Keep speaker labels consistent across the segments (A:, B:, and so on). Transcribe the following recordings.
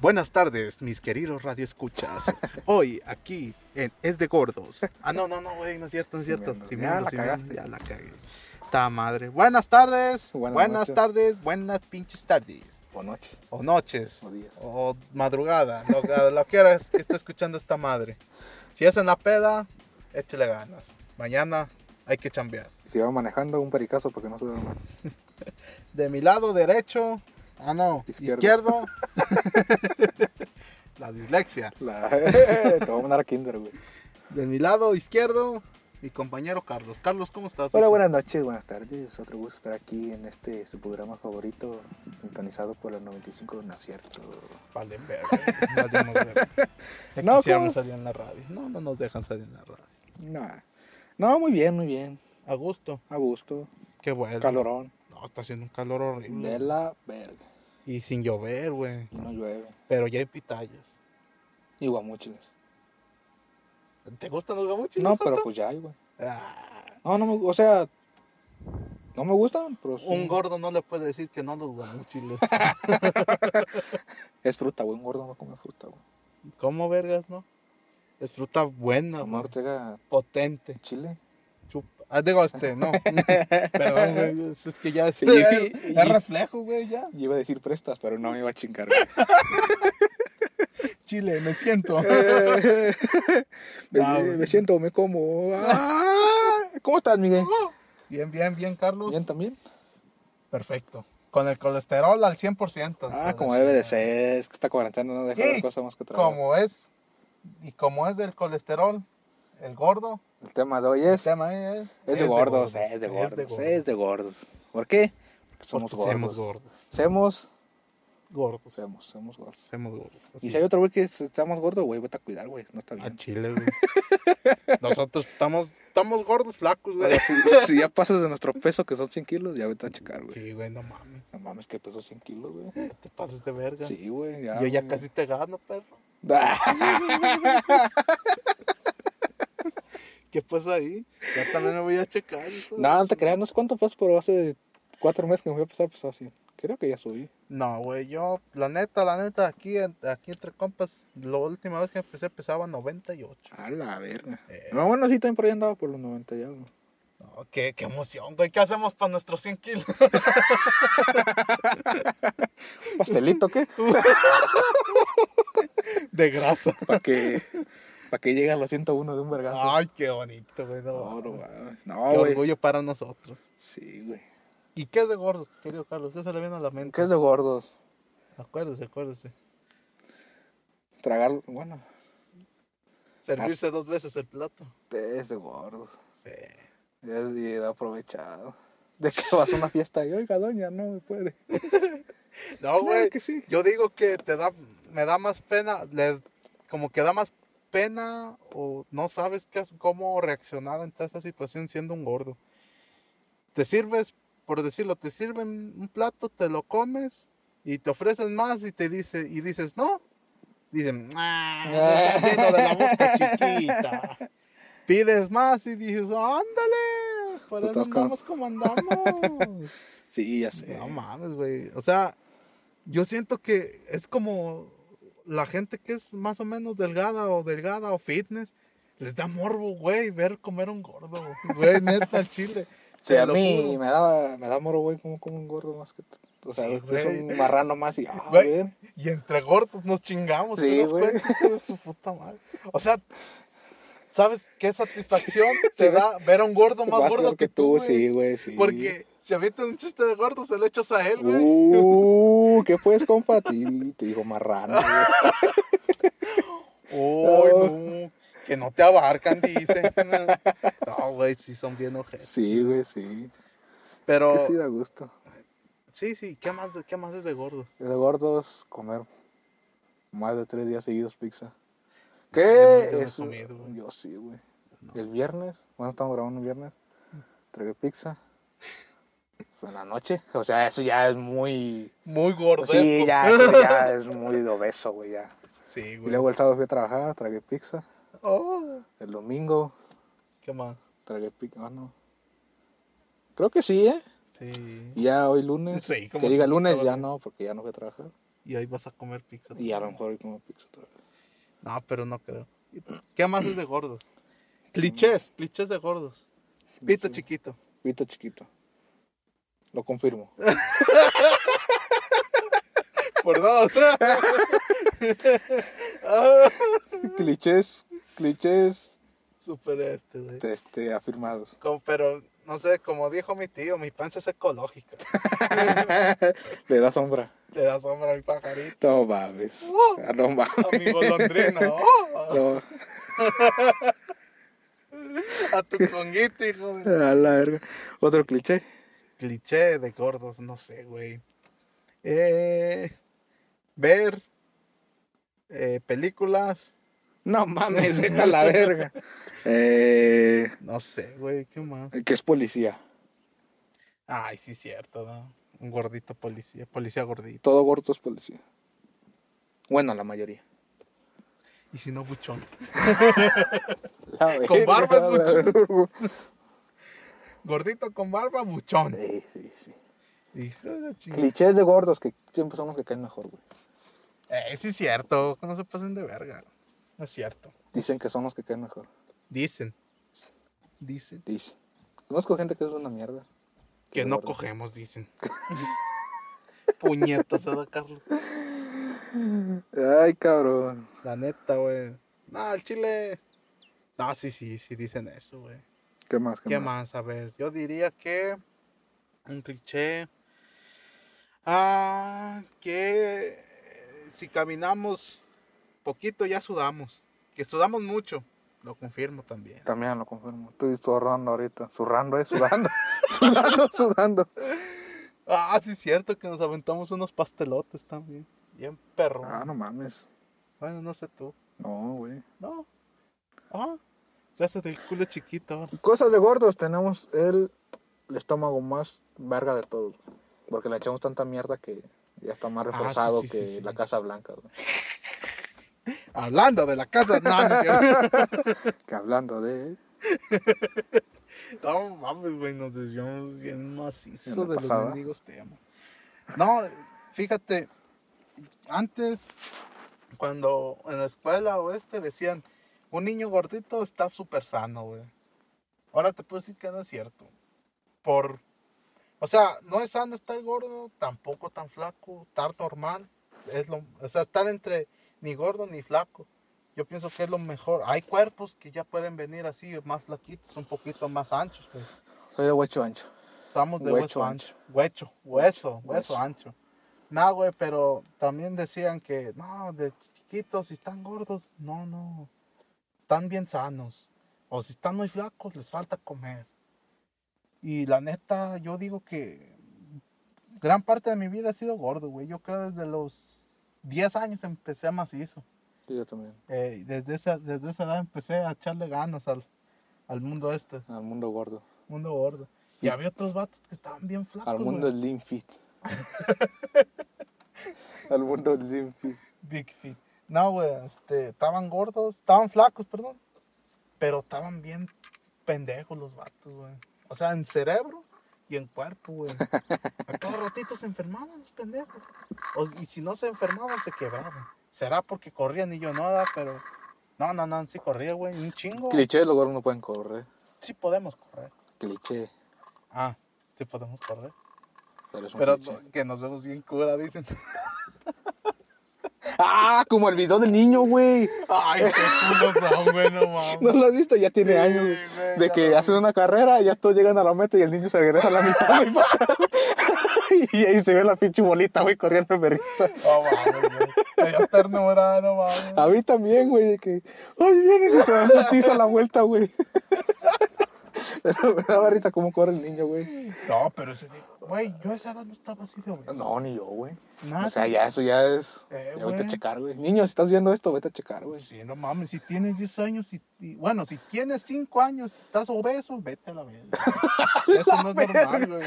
A: Buenas tardes, mis queridos radioescuchas. Hoy aquí en Es de Gordos. Ah, no, no, no, güey, no es cierto, no es cierto.
B: Bueno,
A: Si
B: ya
A: me ando,
B: la
A: si me ando,
B: cagaste.
A: ya la cagué. Ta madre. Buenas tardes, buenas,
B: Buenas noches.
A: tardes, buenas pinches tardes.
B: O noches,
A: O noches,
B: o días.
A: o madrugada, lo, a lo que hora es que esté escuchando esta madre. Si es en la peda, échale ganas. Mañana hay que chambear.
B: Si va manejando un pericazo porque no se duerma.
A: De mi lado derecho, ah no, izquierdo.
B: Izquierdo.
A: la dislexia.
B: La... Te voy a mandar a Kinder, güey.
A: De mi lado izquierdo, mi compañero Carlos. Carlos, ¿cómo estás?
B: Hola,
A: hijo?
B: buenas noches, buenas tardes. Otro gusto estar aquí en este su programa favorito, sintonizado por los 95 No es cierto.
A: Vale, verga, ¿eh? no dimos verga. Ya
B: No,
A: quisiéramos
B: ¿cómo?
A: salir en la radio. No, no nos dejan salir en la radio.
B: No, no, muy bien, muy bien.
A: A gusto.
B: A gusto,
A: Qué bueno.
B: calorón,
A: No, está haciendo un calor horrible.
B: de la verga.
A: Y sin llover, güey.
B: Y no llueve,
A: Pero ya hay pitallas.
B: y guamúchiles.
A: ¿Te gustan los gamuchos?
B: No, pero pues ya hay, güey.
A: Ah,
B: No, no me, o sea, no me gustan, pero sí.
A: un gordo no le puede decir que no a los gamuchiles.
B: Es fruta, güey, un gordo no come fruta, güey.
A: ¿Cómo vergas, no? Es fruta buena,
B: Mamá
A: güey.
B: Ortega,
A: Potente.
B: chile.
A: Chupa. Ah, digo, este, no. Perdón, güey. Es es que ya es,
B: Sí, y-
A: es reflejo, güey, ya.
B: Yo iba a decir prestas, pero no me iba a chingar. güey.
A: Chile, me siento.
B: me,
A: No, güey.
B: Eh, me siento, me como. Ah, ¿Cómo estás, Miguel?
A: Bien, bien, bien, Carlos.
B: ¿Bien también?
A: Perfecto. Con el colesterol al 100%.
B: Ah,
A: entonces,
B: como debe de ser. Es que esta cuarentena no deja
A: Sí,
B: de cosa más que traer.
A: Como es, y como es del colesterol, el gordo,
B: El tema de hoy
A: el
B: es,
A: tema es...
B: es de gordos, es de gordos, es de gordos. ¿Por qué? Porque somos
A: Porque
B: gordos.
A: Somos gordos.
B: Semos,
A: Gordos.
B: semos, semos gordos.
A: Somos gordos.
B: Y
A: Así.
B: si hay otro güey que se- estamos gordos, güey, vete a cuidar, güey. No está
A: A
B: bien.
A: Chile, güey. Nosotros estamos, estamos gordos, flacos, güey.
B: Pero si, si ya pasas de nuestro peso, que son 100 kilos, ya vete a checar, güey.
A: Sí, güey, no mames.
B: No mames, que peso 100 kilos, güey.
A: Te pasas de verga.
B: Sí, güey, ya.
A: Yo ya
B: güey. Ah.
A: casi te gano, perro. ¿Qué pasa ahí? Ya también me voy a checar. hijo de-
B: No, no te creas, no sé cuánto pasó, pero hace cuatro meses que me voy a pasar, pues así. Creo que ya subí.
A: No, güey, yo, la neta, la neta, aquí, en- aquí entre compas, la última vez que empecé pesaba 98.
B: A la verga.
A: Eh,
B: No, bueno, sí, también por ahí andaba por los 90 ya, güey.
A: no, qué, qué emoción, güey, ¿qué hacemos para nuestros 100 kilos?
B: ¿Pastelito qué?
A: De grasa.
B: Para que, pa que llegue a los 101 de un vergazo.
A: Ay, qué bonito, güey, no,
B: no, no,
A: mames.
B: mames.
A: Qué
B: no, Ah, güey.
A: orgullo para nosotros.
B: Sí, güey.
A: ¿Y qué es de gordos, querido Carlos? ¿Qué se le viene a la mente?
B: ¿Qué es de Ah. gordos?
A: Acuérdese, acuérdese.
B: Tragar, bueno,
A: Servirse dos veces el plato.
B: es de gordos.
A: Sí.
B: Es de aprovechado. De que vas a una fiesta y, oiga, doña, no me puede.
A: No, güey,
B: Claro que sí.
A: Yo digo que te da, me da más pena, le, como que da más pena o no sabes qué, hac- cómo reaccionar ante esa situación siendo un gordo. Te sirves, por decirlo, te sirven un plato, te lo comes y te ofrecen más y te dice y dices no, dicen "Ah, se está lleno de la boca chiquita. Pides más y dices ándale, por
B: Te
A: eso
B: estás ca-
A: andamos como andamos.
B: Sí, ya sé.
A: No mames, güey. O sea, yo siento que es como la gente que es más o menos delgada o delgada o fitness, les da morbo, güey, ver comer un gordo. Güey, neta, al chile.
B: Sí,
A: Te
B: a
A: lo
B: mí
A: juro.
B: Pues me da, me da moro, güey, como, como un gordo más que... t- O sea,
A: Sí,
B: que es
A: güey.
B: un marrano más y... Ah,
A: Güey.
B: ver.
A: Y entre gordos nos chingamos,
B: Sí,
A: ¿te das
B: güey.
A: cuenta, hijo de su puta madre? O sea, ¿sabes qué satisfacción te
B: sí.
A: da ver a un gordo más
B: Más
A: gordo que tú,
B: tú,
A: güey?
B: sí, güey, sí.
A: Porque si avientan un chiste de gordo, se lo echas a él, güey.
B: Uh, ¿qué puedes, compa? Y te digo marrano, güey.
A: Uy,
B: No.
A: no. Que no te abarcan, dice. No, güey, sí son bien ojetes.
B: Sí, güey, sí.
A: Pero,
B: Que sí da gusto.
A: sí, sí, ¿qué más, qué más es de gordos?
B: De gordos, comer más de tres días seguidos pizza.
A: Yo
B: ¿Qué?
A: nunca he
B: Eso-
A: comido, güey.
B: yo sí, güey. El viernes, bueno, estamos grabando un viernes, tragué pizza. Fue en la noche. O sea, eso ya es muy...
A: Muy
B: Pues
A: gordos.
B: Sí, ya, eso ya es muy de obeso, güey, ya.
A: Sí,
B: Y
A: güey.
B: luego el sábado fui a trabajar, tragué pizza.
A: Oh,
B: El domingo
A: ¿Qué más?
B: tragué pizza. Ah, no. Creo que sí, ¿eh?
A: Sí.
B: Y ya hoy lunes.
A: Sí, como
B: que diga
A: si-
B: lunes,
A: todo
B: ya
A: bien.
B: no, porque ya no voy a trabajar.
A: y ahí vas a comer pizza.
B: Y a lo
A: también.
B: mejor hoy como pizza otra vez.
A: No, pero no creo. ¿Qué más es de gordos? Clichés, clichés de gordos. Pito chiquito.
B: Pito chiquito. Lo confirmo.
A: Por dos.
B: clichés, clichés
A: Super este, güey.
B: este, afirmados.
A: Como- pero, no sé, como dijo mi tío, mi panza es ecológica.
B: Le da sombra.
A: Le da sombra a mi pajarito,
B: No mames.
A: Oh.
B: Ah, No mames.
A: a mi golondrina, oh,
B: No.
A: a tu conguito, hijo de-
B: A la verga. Otro cliché.
A: Cliché de gordos, no sé, güey. Eh, ver eh, películas,
B: No mames, vete a la verga. Eh,
A: no sé, güey, ¿qué más?
B: que es policía.
A: Ay, sí, cierto, ¿no? Un gordito policía, policía gordito.
B: Todo gordo es policía. Bueno, la mayoría.
A: Y si no, buchón.
B: La
A: Con
B: verga,
A: barba es
B: la
A: mucho.
B: verga.
A: Gordito con barba, buchón.
B: Sí, sí, sí.
A: Hijo de chingada.
B: Clichés de gordos que siempre son los que caen mejor, güey.
A: Eh, sí, cierto, que no se pasen de verga. No es cierto.
B: Dicen que son los que caen mejor.
A: Dicen. Dicen.
B: Dicen. Conozco gente que es una mierda.
A: Que no
B: gordo.
A: cogemos, dicen. Puñetas, ¿verdad, Carlos?
B: Ay, cabrón.
A: La neta, güey. No, el chile. No, sí, sí, sí dicen eso, güey.
B: ¿Qué más? ¿Qué,
A: ¿Qué más? A ver, yo diría que un cliché. Ah, que eh, si caminamos poquito ya sudamos. Que sudamos mucho, lo confirmo también.
B: También lo confirmo. Estoy zurrando ahorita. Zurrando, eh, sudando. sudando, sudando.
A: Ah, sí, es cierto que nos aventamos unos pastelotes también. Bien perro.
B: Ah, no mames.
A: Bueno, no sé tú.
B: No, güey.
A: No. Ah, se hace del culo chiquito ahora.
B: Cosas de gordos, tenemos el, el estómago más verga de todos. güey. Porque le echamos tanta mierda que ya está más
A: sí,
B: reforzado
A: sí,
B: que
A: sí, sí.
B: la Casa Blanca. güey.
A: Hablando de la casa, no, no, es cierto.
B: Que hablando de.
A: No mames, güey, nos desviamos bien
B: En la
A: macizo de los
B: pasada.
A: mendigos temas. No, fíjate, antes, cuando en la escuela o este decían, un niño gordito está súper sano, güey. Ahora te puedo decir que no es cierto. Por, o sea, no es sano estar gordo, tampoco tan flaco, estar normal. Es lo, o sea, estar entre ni gordo ni flaco. Yo pienso que es lo mejor. Hay cuerpos que ya pueden venir así, más flaquitos, un poquito más anchos. güey.
B: Soy de huecho ancho.
A: Estamos de
B: Huecho
A: hueso
B: ancho.
A: ancho. Huecho, hueso, hueso
B: Hueso.
A: ancho. Nah, güey, pero también decían que, no, de chiquitos, si están gordos, no, no. Están bien sanos. O si están muy flacos, les falta comer. Y la neta, yo digo que gran parte de mi vida he sido gordo, güey. Yo creo desde los 10 años empecé a macizo.
B: Sí, yo también.
A: Eh, y desde, esa, desde esa edad empecé a echarle ganas al, al mundo este,
B: Al mundo gordo.
A: mundo gordo. Y había otros vatos que estaban bien flacos.
B: Al mundo
A: güey.
B: slim fit. Al mundo slim fit.
A: Big Feet. No, güey, este, estaban gordos, estaban flacos, perdón. Pero estaban bien pendejos los vatos, güey. O sea, en cerebro y en cuerpo, güey. A cada ratito se enfermaban los pendejos. O- y si no se enfermaban, se quebraban. Será porque corrían y yo no, da, pero. No, no, no, sí corría, güey. Un chingo.
B: Cliché, los gordos no pueden correr.
A: Sí podemos correr.
B: Cliché.
A: Ah, sí podemos correr.
B: Pero, es un
A: Pero
B: cliché.
A: que nos vemos bien cura, dicen.
B: ¡Ah! Como el video del niño, güey.
A: Ay, qué culos son, güey, no mames.
B: ¿No lo has visto? Ya tiene
A: Sí,
B: años. güey.
A: güey,
B: De
A: ya
B: que
A: lo
B: hacen una carrera, ya todos llegan a la meta y el niño se regresa a la mitad. güey, para atrás. y ahí se ve la pinche bolita, güey, corriendo en vergüenza.
A: No mames, güey. Me dio ternura, no mames.
B: A mí también, güey, de que, ay, viene, y se da putiza a la vuelta, güey. Pero me daba risa cómo corre el niño, güey.
A: No, pero ese día, güey, yo a esa edad no estaba así de obeso.
B: No, ni yo, güey.
A: Nada.
B: O sea, ya eso ya es.
A: Eh,
B: ya vete a
A: güey.
B: checar, güey. Niño, si estás viendo esto, vete a checar, güey.
A: Sí, no mames, si tienes 10 años, si- y- bueno, si tienes 5 años, estás obeso, vete a la verga. Eso no es normal, güey.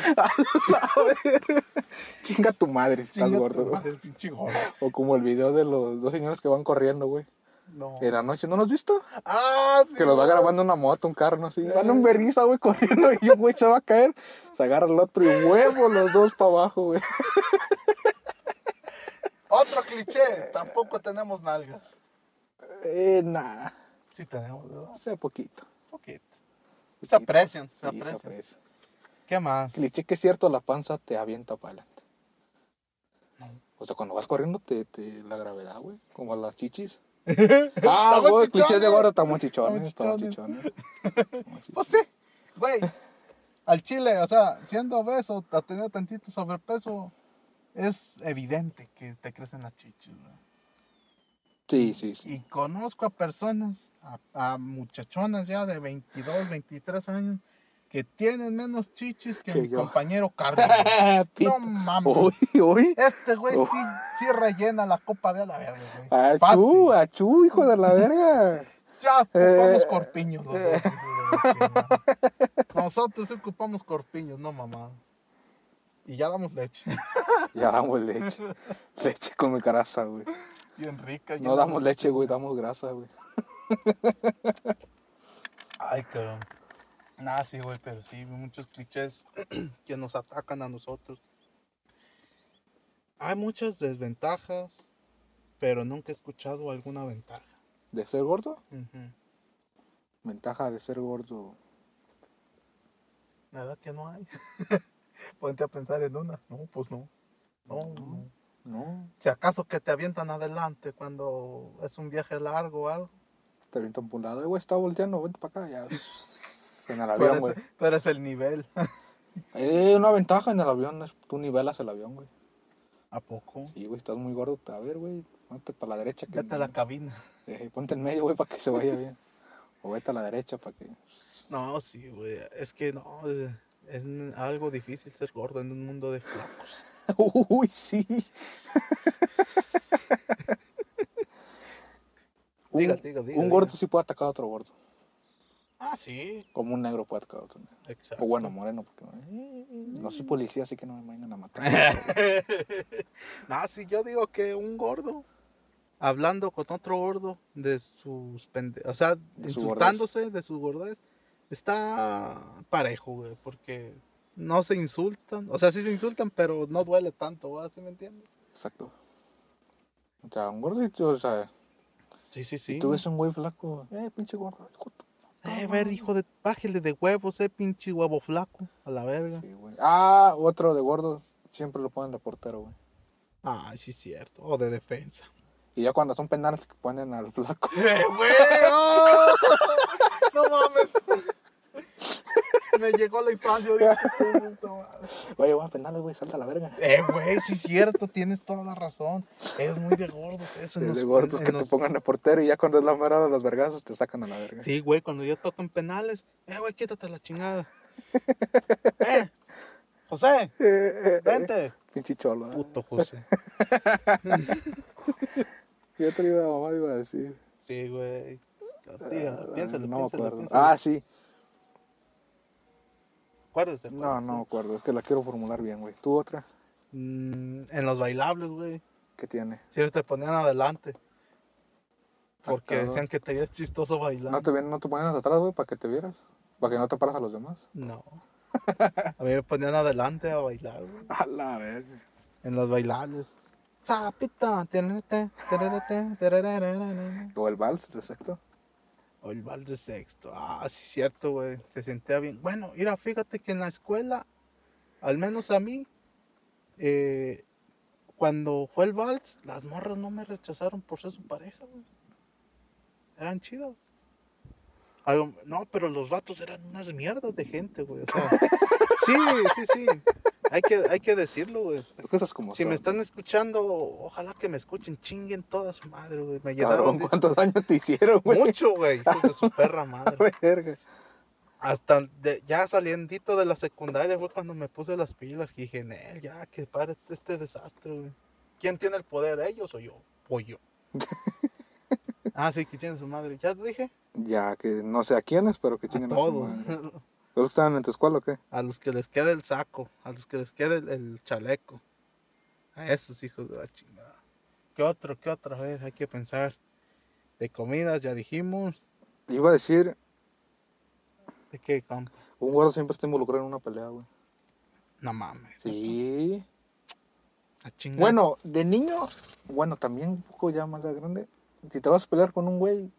B: Chinga tu madre si estás
A: Chinga tu
B: gordo, güey.
A: madre, pinche gordo.
B: O como el video de los dos señores que van corriendo, güey.
A: No.
B: En la noche, ¿no lo has visto?
A: Ah, sí.
B: Que los va
A: güey.
B: grabando una moto, un carro, no sé. y Van un vergüenza, güey, corriendo y un güey se va a caer. Se agarra el otro y huevo los dos para abajo, güey.
A: Otro cliché, tampoco tenemos nalgas.
B: Eh, nada,
A: Sí tenemos, ¿verdad?
B: hace poquito.
A: Un poquito. Se aprecian, se
B: Sí, se
A: aprecian.
B: aprecia.
A: ¿Qué más?
B: Cliché que es cierto, la panza te avienta para adelante.
A: No.
B: O sea, cuando vas corriendo, te, te- la gravedad, güey. Como las chichis. Ah,
A: Estamos
B: güey, cliché de
A: chichones.
B: gordo, estamos chichones. Estamos
A: Estamos
B: chichones. Estamos chichones.
A: Pues sí, güey. Al chile, o sea, siendo obeso, a tener tantito sobrepeso, es evidente que te crecen las chichis, güey.
B: Sí, sí, sí.
A: Y conozco a personas, a, a muchachonas ya de 22, 23 años, que tienen menos chichis que,
B: Que
A: mi
B: yo.
A: compañero Carlos. güey.
B: Pito.
A: no mames.
B: Uy, uy.
A: Este güey
B: Oh.
A: sí, sí rellena la copa de la verga,
B: Ah,
A: güey.
B: Achú,
A: Fácil.
B: achú, hijo de la verga.
A: Ya ocupamos
B: Eh.
A: corpiños los dos,
B: Eh.
A: hijos de la chingada. Nosotros sí ocupamos corpiños, no mamá. Y ya damos leche.
B: Ya damos leche. Leche con grasa, güey.
A: Bien rica. ya
B: No damos leche, güey, damos grasa, güey.
A: Ay, cabrón. Nah, sí, güey, pero sí, muchos clichés que nos atacan a nosotros. Hay muchas desventajas, pero nunca he escuchado alguna ventaja.
B: ¿De ser gordo?
A: Ujú.
B: Ventaja de ser gordo.
A: Nada que no hay. Ponte a pensar en una. No, pues no. No, no.
B: No,
A: Si acaso que te avientan adelante cuando es un viaje largo o algo.
B: está bien tan lado. Eh, güey, está volteando, vente para acá. Ya. En el
A: Tú
B: avión, güey.
A: eres, e, tú eres el nivel.
B: Eh, una ventaja en el avión es tú nivelas el avión, güey.
A: ¿A poco?
B: Sí, güey, estás muy gordo. te- A ver, güey, ponte para la derecha. Que
A: Vete a la cabina.
B: Eh, ponte en medio, güey, para que se vaya bien. O vete a la derecha para que...
A: No, sí, güey. Es que no, es, es algo difícil ser gordo en un mundo de flacos.
B: Uy, sí.
A: Diga,
B: un,
A: diga, diga,
B: un
A: diga.
B: gordo sí puede atacar a otro gordo.
A: Ah, sí,
B: Como un negro puede atacar a otro negro.
A: exacto.
B: O bueno, moreno, porque no, no soy policía, así que no me vengan a matar.
A: no, sí, yo digo que un gordo hablando con otro gordo de sus pende... o sea,
B: De su
A: insultándose de su gordez, está parejo, güey, porque no se insultan. O sea, sí se insultan, pero no duele tanto, güey, ¿sí me entiendes?
B: Exacto. O sea, un gordito, o sea,
A: Sí, sí,
B: si
A: sí.
B: tú ves un güey flaco, eh, pinche gordo, hijo de tu puta
A: Eh, a ver,
B: madre".
A: hijo de, bájale de huevos, eh, pinche huevo flaco, a la verga.
B: Sí, güey. Ah, otro de gordo, siempre lo ponen de portero, güey.
A: Ah, sí, cierto. O de defensa.
B: Y ya cuando son penales que ponen al flaco.
A: ¡Eh, güey! ¡Oh! No mames. Me llegó la infancia ahorita. puta madre.
B: Oye, van penales, güey, salta a la verga.
A: Eh, güey, sí es cierto, tienes toda la razón. Es muy de gordos eso. en
B: de
A: los-
B: gordos
A: en
B: que
A: los-
B: te pongan de portero y ya cuando es la mera de los vergazos te sacan a la verga.
A: Sí, güey, cuando ya tocan penales. Eh, güey, quítate la chingada. Eh, José,
B: Eh, eh, eh,
A: vente.
B: Pinche cholo. ¿eh?
A: Puto José.
B: Yo te iba a mamá iba a decir.
A: Sí, güey.
B: Ah,
A: Dígalo, piénsalo,
B: no me
A: piénsalo,
B: acuerdo.
A: piénsalo.
B: Ah, sí.
A: Acuérdese, pues.
B: No, no me
A: acuérdese.
B: acuerdo. Es que la quiero formular bien, güey. ¿Tú otra?
A: Mm, en los bailables, güey.
B: ¿Qué tiene?
A: Siempre te ponían adelante. Porque
B: Ah, cabrón.
A: decían que te veías chistoso bailando.
B: ¿No te, ven- no te ponían atrás, güey, para que te vieras? ¿Para que no te paras a los demás?
A: No. A mí me ponían adelante a bailar, güey,
B: A la verga.
A: En los bailables. Zapita, tererete, tererete, tererererere.
B: O el vals, exacto.
A: O el vals de sexto. Ah, sí, cierto, güey. Se sentía bien. Bueno, mira, fíjate que en la escuela, al menos a mí, eh, cuando fue el vals, las morras no me rechazaron por ser su pareja, güey. Eran chidas. Algo- No, pero los vatos eran unas mierdas de gente, güey. O sea, sí, sí, sí. Hay que, hay que decirlo, güey.
B: Cosas como
A: Si me
B: son.
A: están escuchando, ojalá que me escuchen, chinguen toda su madre, güey. Me
B: Cabrón,
A: llenaron de...
B: ¿cuántos daños te hicieron, güey?
A: mucho, güey. Hijos de su perra
B: A
A: madre.
B: la verga.
A: Hasta de- ya saliendito de la secundaria fue cuando me puse las pilas y dije, Nel, ya que pare este- este desastre, güey. ¿Quién tiene el poder, ellos o yo? O yo. ah, sí, que tiene su madre. Ya te dije,
B: Ya, que no sé a quiénes, pero que
A: a
B: tienen
A: todos.
B: ¿Los que estaban en tu escuela o qué?
A: a los que les quede el saco, a los que les quede el, el chaleco. A esos hijos de la chingada. ¿Qué otro, qué otra vez? Hay que pensar. De comidas, ya dijimos.
B: Iba a decir,
A: ¿De qué campo?
B: un gordo siempre está involucrado en una pelea, güey.
A: No mames.
B: Sí.
A: A chingar.
B: Bueno, de niño, bueno, también un poco ya más de grande. Si te vas a pelear con un güey,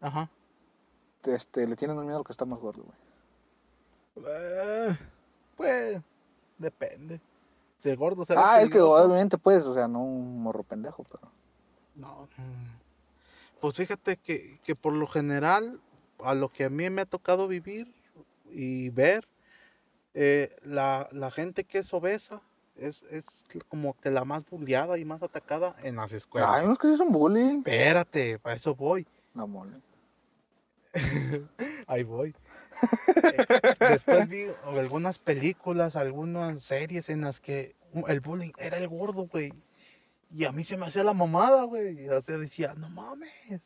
A: Ajá.
B: te- este, le tienen miedo al que está más gordo, güey.
A: Eh, pues, depende. Si el gordo se ve
B: Ah, es que
A: peligroso.
B: obviamente pues, o sea, no un morro pendejo, pero.
A: No. mm. Pues fíjate que, que por lo general, a lo que a mí me ha tocado vivir y ver, eh, la, la gente que es obesa es, es como que la más bulleada y más atacada en las escuelas.
B: Hay unos que sí son bullying.
A: Espérate, para eso voy.
B: La mole.
A: Ahí voy. Eh, Después vi algunas películas, algunas series en las que u- el bullying era el gordo, güey. Y a mí se me hacía la mamada, güey. Y así decía, no mames.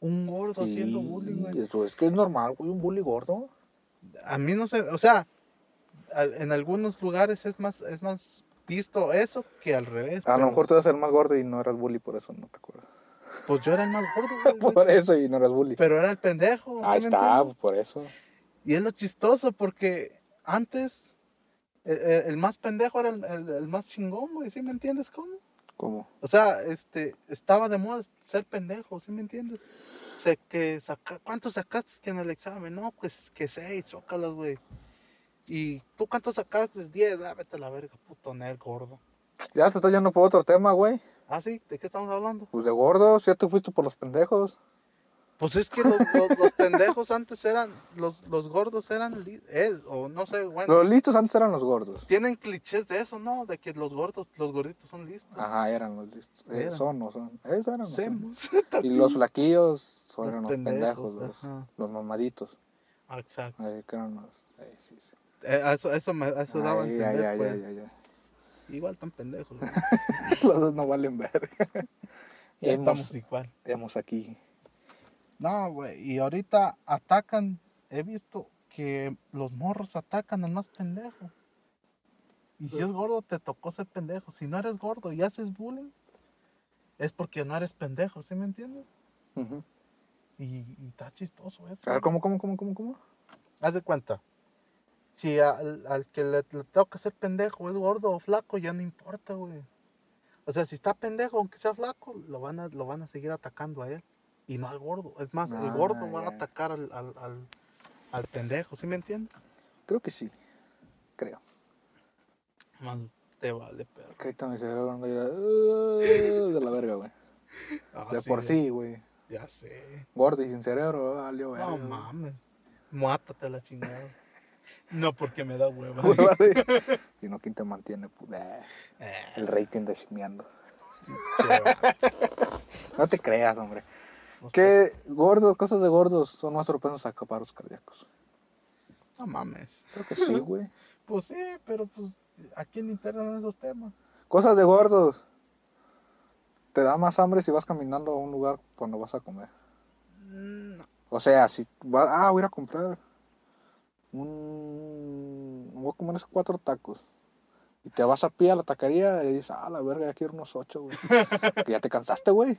A: Un gordo haciendo
B: Sí,
A: bullying, güey.
B: eso es que es normal, güey, un bully gordo.
A: A mí no sé, o sea, al- en algunos lugares es más, es más visto eso que al revés.
B: A
A: pero,
B: lo mejor tú eras el más gordo y no eras bully, por eso no te acuerdas.
A: Pues yo era el más gordo, güey,
B: Por eso y no eras bully.
A: Pero era el pendejo. ¿sí
B: Ahí
A: me
B: está, pues,
A: entiendes?
B: por eso.
A: Y es lo chistoso porque antes el, el- el más pendejo era el, el- el más chingón, güey, ¿sí me entiendes cómo?
B: ¿Cómo?
A: O sea, este, estaba de moda ser pendejo, ¿sí me entiendes? Sé que saca, ¿Cuánto sacaste que en el examen? No, pues que seis, chócalas, güey. ¿Y tú cuánto sacaste? Diez, ah, vete a la verga, puto nerd gordo.
B: Ya te estoy yendo por otro tema, güey.
A: ¿Ah, sí? ¿De qué estamos hablando?
B: Pues de gordos, ya te fuiste por los pendejos.
A: Pues es que los, los- los pendejos antes eran, los, los gordos eran, li- eh, o no sé, bueno.
B: Los listos antes eran los gordos.
A: Tienen clichés de eso, ¿no? De que los gordos, los gorditos son listos.
B: Ajá, eran los listos. Eh,
A: Eran.
B: son, no son. Eso eran.
A: Ah,
B: o son.
A: Hacemos.
B: Y los flaquillos son
A: Los
B: eran los pendejos,
A: pendejos,
B: los-
A: ajá.
B: los, mamaditos.
A: Ah, Exacto.
B: eh, que eran los. eh, sí, sí.
A: Eh, a eso, eso, me, a eso daba a
B: Ay,
A: entender,
B: ay, ay,
A: pues.
B: ay, ay, ay.
A: Igual tan pendejos. güey.
B: Los dos no valen verga.
A: ya
B: Hemos-
A: estamos igual.
B: Hemos aquí.
A: No, güey. Y ahorita atacan. He visto que los morros atacan al más pendejo. Y si es gordo, te tocó ser pendejo. Si no eres gordo y haces bullying, es porque no eres pendejo, ¿sí me entiendes?
B: Ujú.
A: Y, y está chistoso eso.
B: A ver, ¿cómo, cómo, cómo, cómo, cómo?
A: Haz de cuenta. Si al, al que le, le toca ser pendejo, es gordo o flaco, ya no importa, güey. O sea, si está pendejo, aunque sea flaco, lo van a, lo van a seguir atacando a él. Y no al gordo. Es más, el
B: Ah,
A: gordo va a
B: ya.
A: atacar al, al, al, al pendejo, ¿sí me entiendes?
B: Creo que sí. Creo.
A: Man, te vale, perro.
B: Que ahorita mi cerebro anda ya, "Ugh", de la verga, güey.
A: Ah,
B: De por sí, güey.
A: Ya, ya sé.
B: Gordo y sin cerebro, valió verga.
A: No
B: güey.
A: mames. Mátate a la chingada. no, porque me da hueva.
B: y no quien te mantiene, puta.
A: Eh,
B: El rating de chimeando.
A: che,
B: No te creas, hombre.
A: no sé.
B: Que gordos, cosas de gordos son más propensos a acaparos cardíacos.
A: No mames.
B: Creo que sí, güey.
A: Pues sí, pero pues, ¿a quién le interesan esos temas?
B: Cosas de gordos. Te da más hambre si vas caminando a un lugar cuando vas a comer.
A: No.
B: O sea, si vas, ah, voy a ir a comprar un. Voy a comer esos cuatro tacos. Y te vas a pie a la taquería y dices, ah, la verga, ya quiero unos ocho, güey. que ya te cansaste, güey.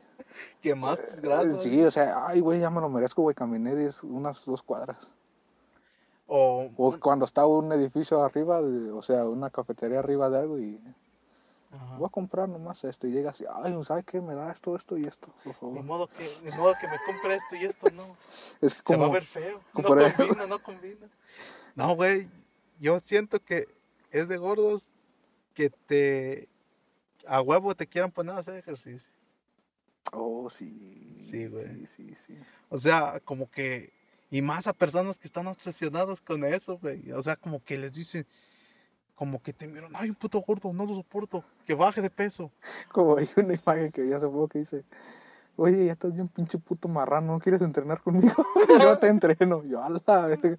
A: ¿Qué más? Gracias.
B: Sí, o sea, ay, güey, ya me lo merezco, güey. Caminé diez, unas dos cuadras.
A: O,
B: O cuando está un edificio arriba, de- o sea, una cafetería arriba de algo y
A: Ajá.
B: voy a comprar nomás esto. Y llegas y, ay, ¿sabes qué? Me da esto, esto y esto,
A: Ni
B: por favor.
A: modo, que, ni modo que me compre esto y esto no.
B: Es que
A: Se va a
B: como,
A: ver feo. No
B: como por-
A: combina, no combina. No, güey. Yo siento que es de gordos que te. A huevo te quieran poner a hacer ejercicio.
B: oh, sí.
A: Sí, güey.
B: Sí, sí, sí.
A: O sea, como que. Y más a personas que están obsesionadas con eso, güey. O sea, como que les dicen. Como que te miran, ay, un puto gordo, no lo soporto. Que baje de peso.
B: Como hay una imagen que vi hace poco que dice, oye, ya estás bien pinche puto marrano, ¿no quieres entrenar conmigo? Yo te entreno, yo a la verga.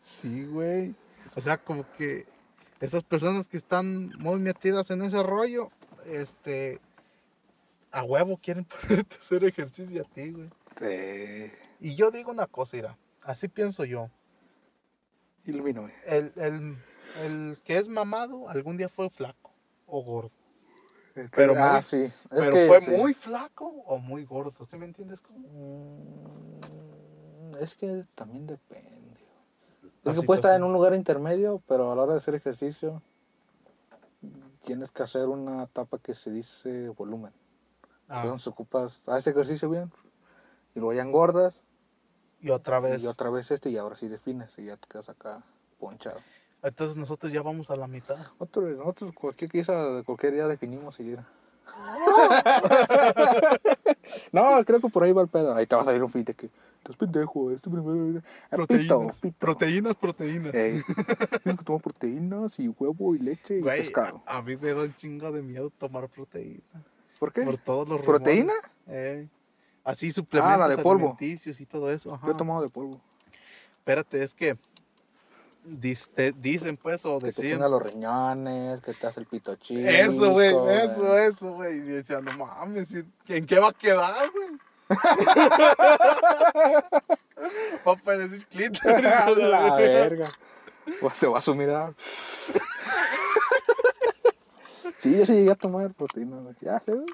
A: Sí, güey. O sea, como que esas personas que están muy metidas en ese rollo, este, a huevo quieren ponerte a hacer ejercicio a ti, güey. Y yo digo una cosa, Ira, así pienso yo.
B: Ilumíname.
A: El, el- el que es mamado algún día fue flaco o gordo. Pero
B: ah,
A: muy-
B: sí. Es
A: Pero
B: que
A: fue
B: sí.
A: muy flaco o muy gordo, ¿sí me entiendes? cómo?
B: Mm, Es que también depende.
A: La
B: Es que puede estar en
A: situación.
B: un lugar intermedio, pero a la hora de hacer ejercicio, tienes que hacer una etapa que se dice volumen.
A: Ah,
B: Entonces ocupas, haces ejercicio bien, y luego ya engordas,
A: y otra vez.
B: y otra vez este, y ahora sí defines, y ya te quedas acá ponchado.
A: Entonces nosotros ya vamos a la mitad.
B: Otro, nosotros cualquier cosa, cualquier día definimos si era. no, creo que por ahí va el pedo. Ahí te va a salir un feed de que estás pendejo, es tu primer. Ah, Pito,
A: Proteínas,
B: pito. Eh,
A: proteínas, proteínas.
B: Ey, tienes que tomar proteínas y huevo y leche y
A: Güey,
B: pescado.
A: a, a mí me da un chingo de miedo tomar proteína.
B: ¿Por qué?
A: Por todos los rumores.
B: ¿Proteína?
A: Eh, así suplementos
B: Ah, la de polvo.
A: alimenticios y todo eso. ajá.
B: Yo he tomado de polvo.
A: Espérate, es que dis- te- dicen pues o
B: Que te
A: decían.
B: ponga los riñones, que te hace el pito chico.
A: Eso, güey,
B: güey.
A: eso, eh. eso, güey. Y decía, no mames, ¿y ¿en qué va a quedar, güey? va a parecer clítoris.
B: A la verga. O se va a sumir a... Sí, yo sí llegué a tomar proteína, güey. Ya sé, güey.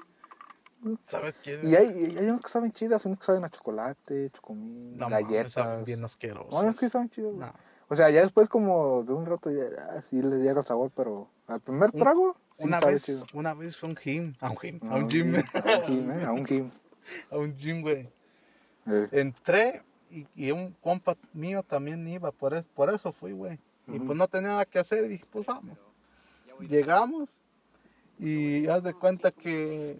A: ¿Sabes quién?
B: Y hay, y hay unos que saben chidas, unos que saben a chocolate, chocomil,
A: no mames,
B: galletas.
A: saben bien
B: no, hay unos que
A: asquerosos.
B: saben chidas, güey.
A: No,
B: O sea, ya después como de un rato ya ah, sí le llega el sabor, pero al primer
A: Un-
B: trago sí
A: Una
B: sabe
A: vez,
B: chido. Ah,
A: una vez fue a un gym, a un gym,
B: No,
A: a un gym,
B: A un gym, eh, a un gym.
A: a un gym, güey.
B: Eh,
A: Entré y, y un compa mío también iba, por eso, por eso fui, güey. Y
B: Ujú.
A: pues no tenía nada que hacer y dije, pues vamos. Llegamos y haz de cuenta que...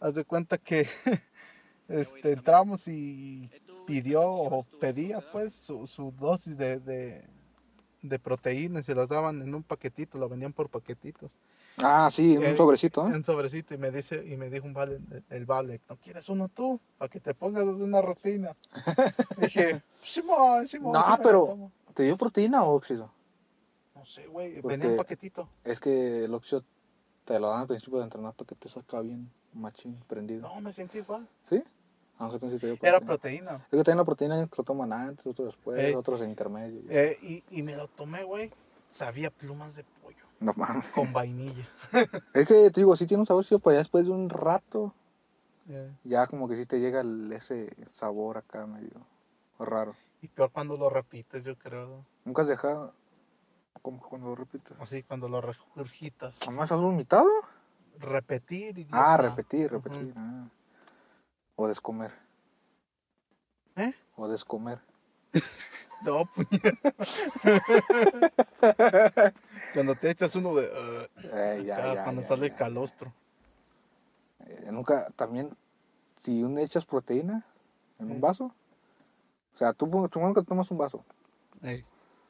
A: Haz de cuenta que este, entramos y pidió o pedía pues su, su dosis de, de, de proteínas y las daban en un paquetito, lo vendían por paquetitos,
B: Ah, sí, un
A: Eh,
B: sobrecito, ¿eh?
A: en sobrecito y me dice y me dijo un vale, el vale, ¿no quieres uno tú? Para que te pongas a hacer una rutina. Dije, Simón, Simón.
B: No,
A: sí me la
B: pero-
A: tomo".
B: ¿Te dio proteína o óxido?
A: No sé, güey,
B: Porque-
A: venía en paquetito.
B: Es que el óxido te lo dan al principio de entrenar para que te saca bien machín, prendido.
A: No, me sentí igual.
B: ¿Sí? Aunque tú sí te dio proteína.
A: Era proteína.
B: Es Pues que también la proteína hay unos que lo toman antes, otros después,
A: Ey.
B: otros en intermedio.
A: Eh, y, y me lo tomé, güey. Sabía a plumas de pollo
B: No mames.
A: con vainilla.
B: Es que te digo, sí tiene un sabor, sí, pero ya después de un rato,
A: Eh,
B: ya como que sí te llega el- ese sabor acá medio raro.
A: y peor cuando lo repites, yo creo. ¿no?
B: Nunca has dejado, como que cuando lo repites.
A: Así, cuando lo regurgitas.
B: ¿Más has vomitado?
A: Repetir. y-
B: Ah, repetir, repetir. ah. O descomer.
A: ¿Eh?
B: O descomer.
A: No, pues, puñe- cuando te echas uno de. "Ah". "Ugh",
B: Eh, ya,
A: acá,
B: ya,
A: cuando
B: ya,
A: sale
B: ya.
A: el calostro.
B: Eh, nunca, también, si un echas proteína en
A: Eh.
B: un vaso, o sea, tú, pon- tú pon que tomas un vaso,
A: Ey,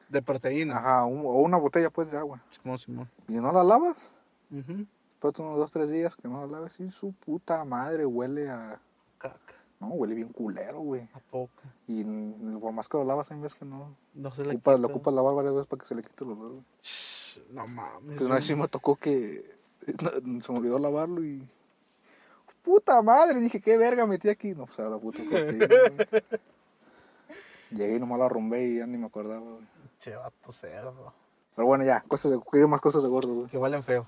A: De proteína.
B: ajá, un- o una botella pues de agua,
A: Simón, Simón.
B: y no la lavas,
A: Ujú.
B: después de unos dos, tres días que no la laves, y su puta madre huele a,
A: Caca.
B: no, huele bien culero, güey,
A: ¿A poco?
B: y n- por más que lo lavas, hay veces que no,
A: No se le
B: ocupas, lo
A: quita.
B: ocupas lavar varias veces para que se le quite el olor, güey.
A: Shh, No mames.
B: Entonces, una vez Pues sí
A: yo-
B: me tocó que eh, no, se me olvidó lavarlo y. ¡Puta madre! Dije, ¿qué verga metí aquí? No, pues era la puta cortina, güey. Llegué y nomás la arrumbé y ya ni me acordaba, güey.
A: Che, vato cerdo.
B: Pero bueno, ya, cosas de, ¿qué más cosas de gordo, güey?
A: Que huelen feo.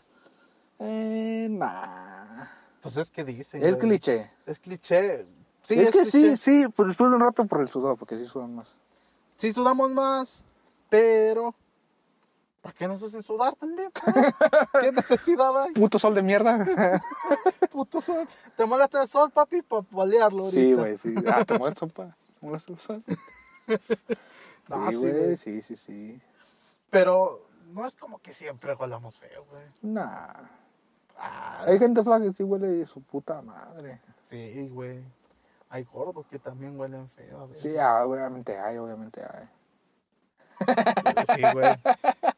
B: Eh, nah.
A: Pues es que dicen.
B: Es
A: güey.
B: cliché.
A: Es cliché. Sí,
B: es, que
A: cliché.
B: sí, sí, pues suelo un rato por el sudor, porque sí sudan más.
A: sí sudamos más, pero ¿para qué nos hacen sudar también? no? ¿Qué necesidad hay?
B: ¡Puto sol de mierda!
A: Puto sol. Te molesta el sol, papi, para balearlo ahorita.
B: sí, güey, sí. Ah, te mueres, sopa. ¿Te mueres el sol?
A: No,
B: sí,
A: sí, güey.
B: güey, sí, sí, sí.
A: Pero no es como que siempre golamos feo, güey.
B: Nah.
A: Ah,
B: Hay gente flaca que sí huele su puta madre.
A: sí, güey. Hay gordos que también huelen feo a veces.
B: Sí, ah, obviamente hay, obviamente hay.
A: Sí, güey.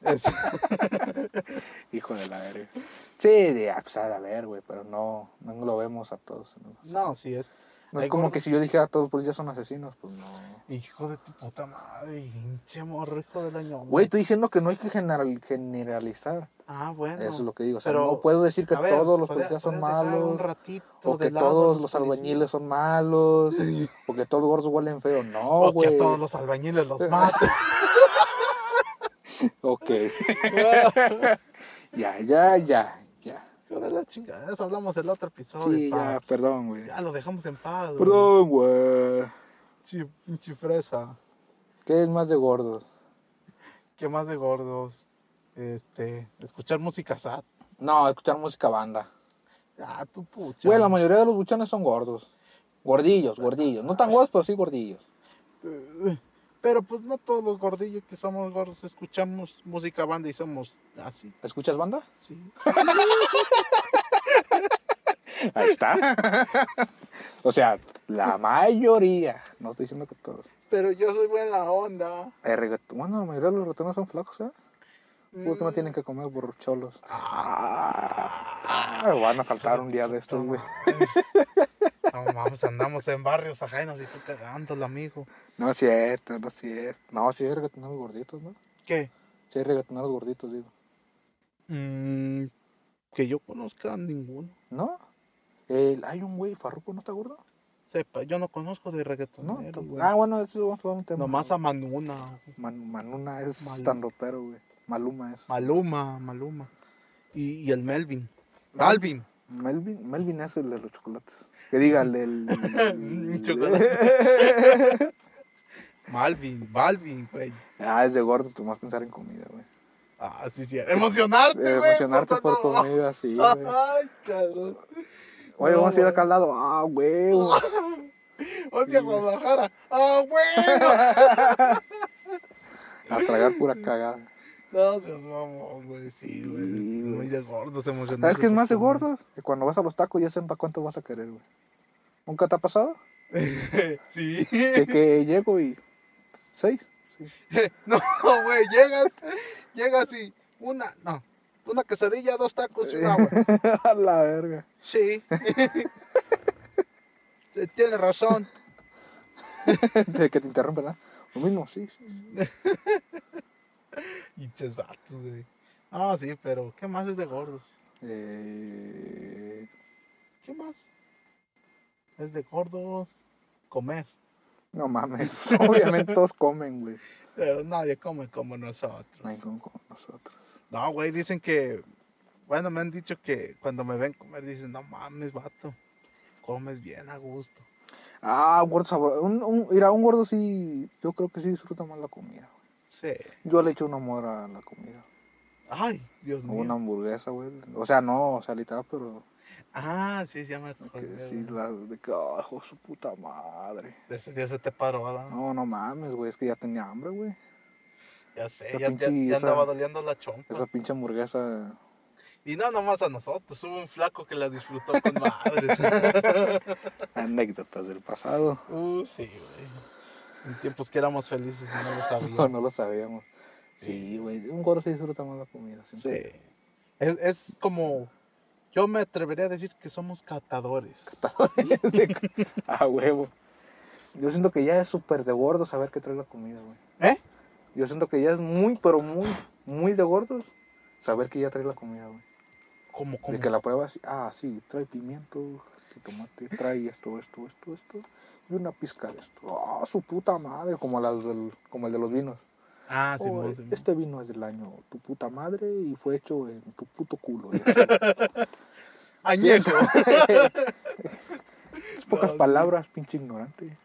A: Es-
B: Hijo de la verga. Sí, de, ah, pues, ha de haber, güey, pero no, no englobemos a todos. No,
A: No, sí es.
B: No es
A: Hay
B: como
A: gordos-
B: que si yo dijera a todos, pues ya son asesinos, pues no.
A: Hijo de tu puta madre, hinche morro, hijo de la ñonga.
B: Güey, estoy diciendo que no hay que general- generalizar.
A: Ah, bueno.
B: Eso es lo que digo. O sea,
A: pero-
B: no puedo decir que
A: A ver,
B: todos los
A: podía-
B: policías son
A: podías dejar un
B: malos.
A: ratito
B: O
A: de
B: que
A: lado a
B: todos
A: los
B: los
A: policías.
B: albañiles son malos. O que todos los gordos huelen feo. No,
A: o que
B: güey.
A: a todos los albañiles los maten.
B: Ok. ya, ya, ya, ya.
A: Hijo de la chingada, eso hablamos del otro episodio.
B: Sí, ya,
A: paps.
B: perdón, güey.
A: Ya lo dejamos en paz. güey.
B: Perdón, güey.
A: Chi- Pinche fresa.
B: ¿Qué es más de gordos?
A: ¿Qué más de gordos? este, escuchar música sad.
B: No, escuchar música banda.
A: Ah, tu pucha.
B: Güey, la mayoría de los buchones son gordos. Gordillos, gordillos. No tan gordos, pero sí gordillos.
A: Pero pues no todos los gordillos que somos gordos escuchamos música banda y somos así.
B: ¿Escuchas banda?
A: Sí.
B: Ahí está. o sea, la mayoría. No estoy diciendo que todos.
A: Pero yo soy buena onda.
B: El reggaetón- Bueno, la mayoría de los reggaetoneros son flacos, ¿eh?
A: Pues,
B: Porque no tienen que comer por cholos. Ah, van a saltar un día de estos, güey.
A: No mames, andamos en barrios ajenos y tú cagándola, amigo.
B: No es cierto, no es cierto. No, sí hay reggaetoneros gorditos, ¿no?
A: ¿Qué?
B: Sí hay reggaetoneros gorditos, digo.
A: Mm, que yo conozca a ninguno.
B: ¿No? El- hay un güey, Farruko, ¿no está gordo?
A: Sepa, yo no conozco de
B: No.
A: reggaetonero, güey.
B: Ah, bueno, eso vamos a tomar un tema.
A: Nomás a Manuna,
B: Man- Manuna es
A: Maluma.
B: tan rotero, güey. Maluma es.
A: Maluma, Maluma. Y, y el Melvin.
B: Malvin.
A: Alvin.
B: Melvin, Melvin es el de los chocolates. Que diga, el del...
A: Mm, Malvin, Malvin, güey.
B: ah, es de gordo, tú más pensar en comida, güey.
A: Ah, sí, sí. Emocionarte,
B: Eh,
A: güey.
B: Emocionarte por
A: favor.
B: comida, sí, güey.
A: Ay, cabrón.
B: Oye, vamos a ir
A: güey.
B: acá al lado. Ah, güey.
A: O sea, Guadalajara. ¡Ah, güey!
B: A tragar pura cagada.
A: No seas mamón, güey. Sí, güey.
B: Sí, güey.
A: Muy de gordos emocionados.
B: ¿Sabes qué es
A: por
B: más de
A: comer.
B: gordos? Que cuando vas a los tacos ya saben para cuánto vas a querer, güey. ¿Nunca te ha pasado?
A: sí.
B: Que, que llego y... ¿Seis? Sí.
A: No, güey. Llegas, llegas y una, no. Una quesadilla, dos tacos y un agua.
B: a la verga.
A: Sí. Sí, Tienes razón.
B: De que te interrumpen, ¿verdad? Lo mismo, sí. sí.
A: Hinches vatos, güey. Ah, sí, pero ¿qué más es de gordos?
B: Eh,
A: ¿Qué más? Es de gordos comer.
B: No mames. Obviamente todos comen, güey.
A: Pero nadie come como nosotros.
B: No hay como con nosotros.
A: No, güey, dicen que. Bueno, me han dicho que cuando me ven comer dicen, no mames, vato. Comes bien a gusto.
B: Ah, un gordo sabor. Un, un, mira, un gordo sí... Yo creo que sí disfruta más la comida. güey.
A: Sí.
B: Yo le echo un amor a la comida.
A: Ay, Dios
B: O
A: mío.
B: una hamburguesa, güey. O sea, no, o sea, literal, pero.
A: Ah, sí, se llama.
B: Que sí, la de que, "Ah, hijo de su puta madre.
A: Ese día se te paró, ¿verdad?
B: No, no mames, güey, es que ya tenía hambre, güey.
A: Ya sé,
B: Esa
A: ya, ya-
B: pinche-
A: ya
B: esa-
A: andaba doliendo la chompa.
B: Esa pinche hamburguesa.
A: Y no nomás a nosotros, hubo un flaco que la disfrutó con madres.
B: Anécdotas del pasado.
A: uh, sí, güey. En tiempos que éramos felices y no lo
B: No,
A: sabíamos.
B: no lo sabíamos. Sí, güey, un gordo se disfruta más la comida.
A: Sí. Es, es como. Yo me atrevería a decir que somos catadores.
B: Sí. a huevo. Yo siento que ya es súper de gordo saber qué trae la comida, güey.
A: ¿Eh?
B: Yo siento que ya es muy, pero muy, muy de gordos saber que ya trae la comida, güey.
A: Como, como.
B: De que la pruebas, ah, sí, trae pimiento, tomate, trae esto, esto, esto, esto, y una pizca de esto. Ah, su puta madre, como, las del- como el de los vinos.
A: Ah, sí,
B: Oh,
A: no,
B: este vino es del año, tu puta madre, y fue hecho en tu puto culo. y así.
A: Añejo.
B: Es pocas
A: No,
B: palabras, pinche ignorante.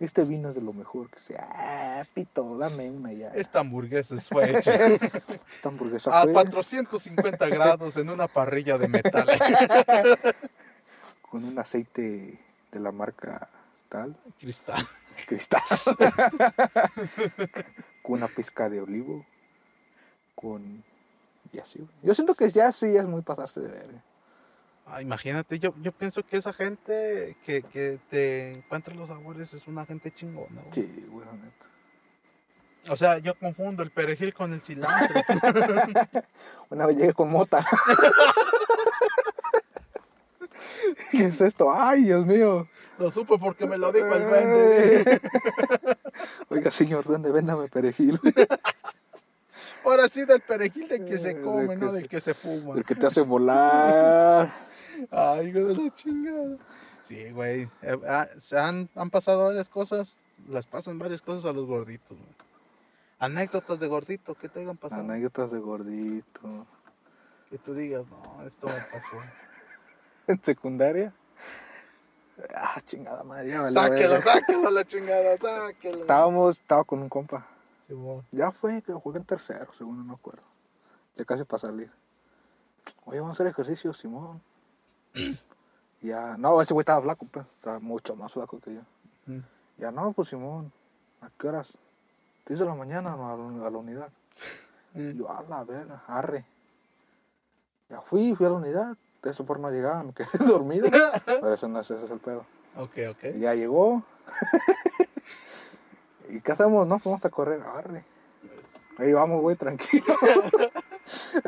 B: Este vino es de lo mejor que sea. Ah, pito, dame una ya.
A: Esta hamburguesa fue hecha
B: Esta hamburguesa
A: a
B: fue
A: 450 grados en una parrilla de metal.
B: con un aceite de la marca tal,
A: Cristal.
B: cristal. con una pizca de olivo. Con. Y así, güey. Yo siento que ya sí es muy pasarse de verga.
A: Ah, imagínate, yo, yo pienso que esa gente que, que te encuentra los sabores es una gente chingona. güey.
B: Sí, güey, la neta.
A: O sea, yo confundo el perejil con el cilantro.
B: Una vez llegué con mota. ¿Qué es esto? ¡Ay, Dios mío!
A: Lo supe porque me lo dijo el duende.
B: Oiga, señor, ¿dónde véndame perejil?
A: Ahora sí, del perejil del que se
B: Del
A: come,
B: Eh, que
A: no
B: se-
A: del que se fuma.
B: El que te hace volar.
A: Ay, hijo de la chingada. Sí, güey. Eh, ah, se han, han pasado varias cosas. Las pasan varias cosas a los gorditos. güey. Anécdotas de gordito que te hayan pasado.
B: Anécdotas de gordito.
A: que tú digas, no, esto me pasó.
B: ¿En secundaria? Ah, chingada madre. ya me la
A: sáquelo,
B: verga.
A: sáquelo a la chingada, sáquelo.
B: Estábamos, estaba con un compa.
A: Sí, mo.
B: Ya fue que jugué en tercero, segundo no me acuerdo. Ya casi para salir. Oye, vamos a hacer ejercicio, Simón. Y ya, no, ese güey estaba flaco, pues, estaba mucho más flaco que yo.
A: Mm.
B: Ya no, pues Simón, ¿a qué horas? Diez de la mañana no, a, la, a la unidad. Y yo, a la verga, arre. Ya fui, fui a la unidad. De eso por no llegaba, me quedé dormido. Pero eso no es, ese es el pedo.
A: Ok, ok.
B: Y ya llegó. ¿Y qué hacemos? No, vamos a correr, arre. Ahí vamos, güey, tranquilo.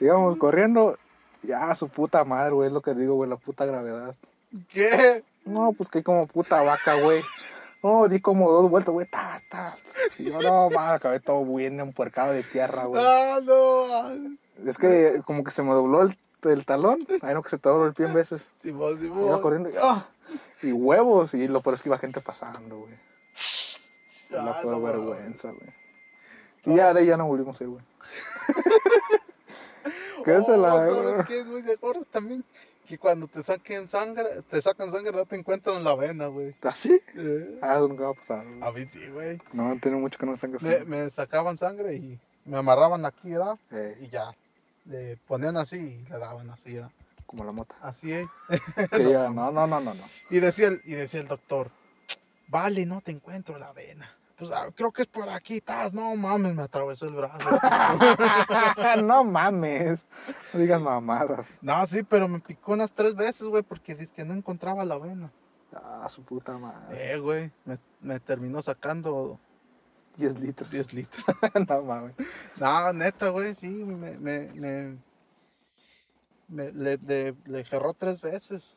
B: Íbamos corriendo. Ya, su puta madre, güey, es lo que digo, güey, la puta gravedad.
A: ¿Qué?
B: No, pues que como puta vaca, güey. No, di como dos vueltas, güey. Ta, ta. Y yo, no, ma, acabé todo bien empuercado de tierra, güey.
A: Ah, no. ah.
B: Es que como que se me dobló el, el talón. Ahí no que se te dobló el pie en veces.
A: Simón,
B: Iba
A: Simón.
B: corriendo y, ¡ah! y huevos. Y lo peor es que iba gente pasando, güey.
A: Ah,
B: La peor
A: no,
B: vergüenza, güey. Y ya de ahí ya no volvimos a ir, güey. ¿Qué es de
A: Oh,
B: la-
A: ¿Sabes qué es muy de acuerdo también? Que cuando te saquen sangre, te sacan sangre no te encuentran la vena, güey.
B: ¿Así?
A: Eh,
B: Ah, eso nunca va a pasar. güey.
A: a mí sí, güey.
B: No, tiene mucho que no están
A: Me,
B: casados.
A: me sacaban sangre y me amarraban aquí, ¿verdad?
B: Eh,
A: Y ya. Le ponían así y le daban así, ¿verdad?
B: como la mota.
A: Así es.
B: Que diga, no, no, no, no, no.
A: Y decía el, y decía el doctor, vale, no te encuentro la vena. Pues ah, creo que es por aquí, estás. No mames, me atravesó el brazo.
B: no mames. No digas mamadas.
A: no, sí, pero me picó unas tres veces, güey, porque dice que no encontraba la vena.
B: Ah, su puta madre.
A: Eh, güey, me, me terminó sacando
B: 10 litros.
A: 10 litros.
B: no mames.
A: No, neta, güey, sí, me, me, me, me- le, le, le gerró tres veces.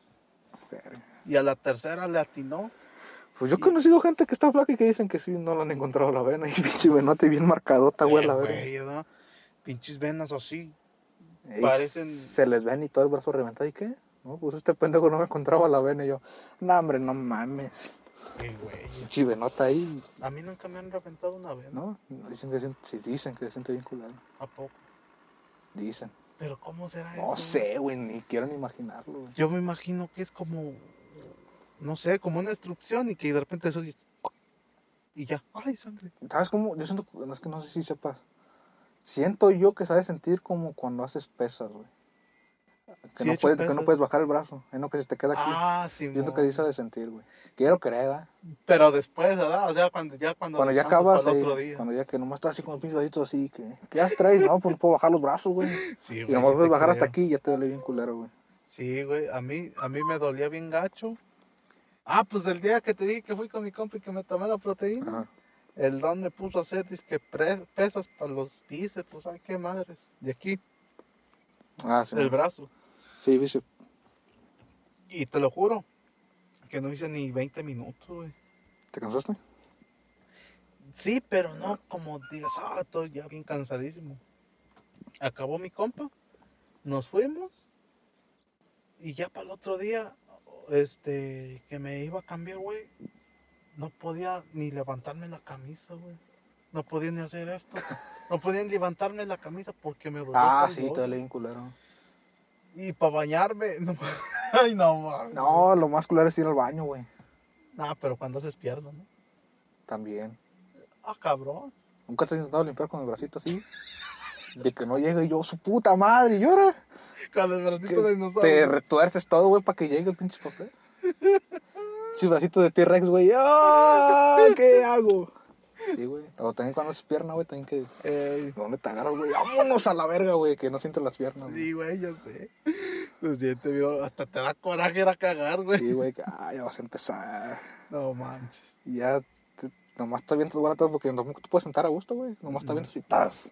B: Verga.
A: Y a la tercera le atinó.
B: Pues yo he conocido gente que está flaca y que dicen que sí, no le han encontrado la vena. Y pinche venote bien marcadota, Ah, güey,
A: Eh,
B: la verga.
A: güey, ¿no? Pinches venas así.
B: Ey,
A: parecen-
B: Se les ven y todo el brazo reventado. ¿Y qué? No, pues este pendejo no me encontraba la vena. Y yo, no, hombre, no mames.
A: Eh, güey.
B: Pinche venota ahí,
A: A mí nunca me han reventado una vena.
B: ¿no? Dicen que se, sí, dicen que se siente bien culero.
A: ¿A poco?
B: Dicen.
A: ¿Pero cómo será eso?
B: No sé, güey, ni quiero ni imaginarlo, güey.
A: Yo me imagino que es como, no sé, como una instrucción y que de repente eso y, y ya, ay, sangre.
B: ¿Sabes cómo? Yo siento, no, es que no sé si sepas. Siento yo que sabes sentir como cuando haces pesas, güey. Que,
A: Sí, he
B: no
A: hecho
B: puedes, que no
A: pesas.
B: puedes bajar el brazo, es lo que se te queda aquí.
A: Ah,
B: yo
A: sí.
B: siento que dice de sentir, güey. Quiero creer, ¿verdad?
A: Pero después, ¿verdad? O sea, cuando ya, cuando
B: cuando ya
A: descansas
B: acabas,
A: para el
B: eh,
A: otro día.
B: cuando ya que nomás estás así con los pinzaditos así, que ¿qué ya traes? No, pues no puedo bajar los brazos, güey.
A: Sí,
B: Y
A: güey,
B: nomás
A: sí te
B: puedes bajar
A: creo.
B: hasta aquí y ya te duele bien culero, güey.
A: Sí, güey, a mí, a mí me dolía bien gacho. Ah, pues el día que te dije que fui con mi compa y que me tomé la proteína,
B: Ajá.
A: el don me puso a hacer disque pre- pesas para los bíceps, pues ay, qué madres. De aquí,
B: Ah, sí.
A: del brazo.
B: Sí, bíceps.
A: Y te lo juro, que no hice ni 20 minutos, güey.
B: ¿Te
A: Pues
B: cansaste?
A: Sí, pero no como digas, ah, estoy ya bien cansadísimo. Acabó mi compa, nos fuimos y ya para el otro día, este, que me iba a cambiar, güey, no podía ni levantarme la camisa, güey. No podía ni hacer esto. No podía ni levantarme la camisa porque me dolía.
B: Ah,
A: tan
B: sí, te
A: duro.
B: duele bien culero.
A: Y para bañarme, no, ay, no mames.
B: No, lo más culero es ir al baño, güey.
A: No, pero cuando haces piernas, ¿no?
B: También.
A: Ah, cabrón.
B: ¿Nunca te has intentado limpiar con el bracito así? De que no llegue y yo, su puta madre, y llora.
A: Cuando el bracito de dinosaurio.
B: Te retuerces todo, güey, para que llegue el pinche papel. Pinche bracito de T-Rex, güey. ¡Ah! ¿Qué hago? Sí, güey. O también cuando es pierna, güey, también que.
A: Ey.
B: ¿Dónde te agarras, güey? Vámonos a la verga, güey, que no siento las piernas. güey.
A: Sí, güey, ya sé. Lo siento, viejo, hasta te da coraje ir a cagar, güey.
B: Sí, güey, que ah, ya vas a empezar.
A: No manches.
B: Y ya te- nomás te avientas barato porque tampoco te puedes sentar a gusto, güey. Nomás te avientas y tas.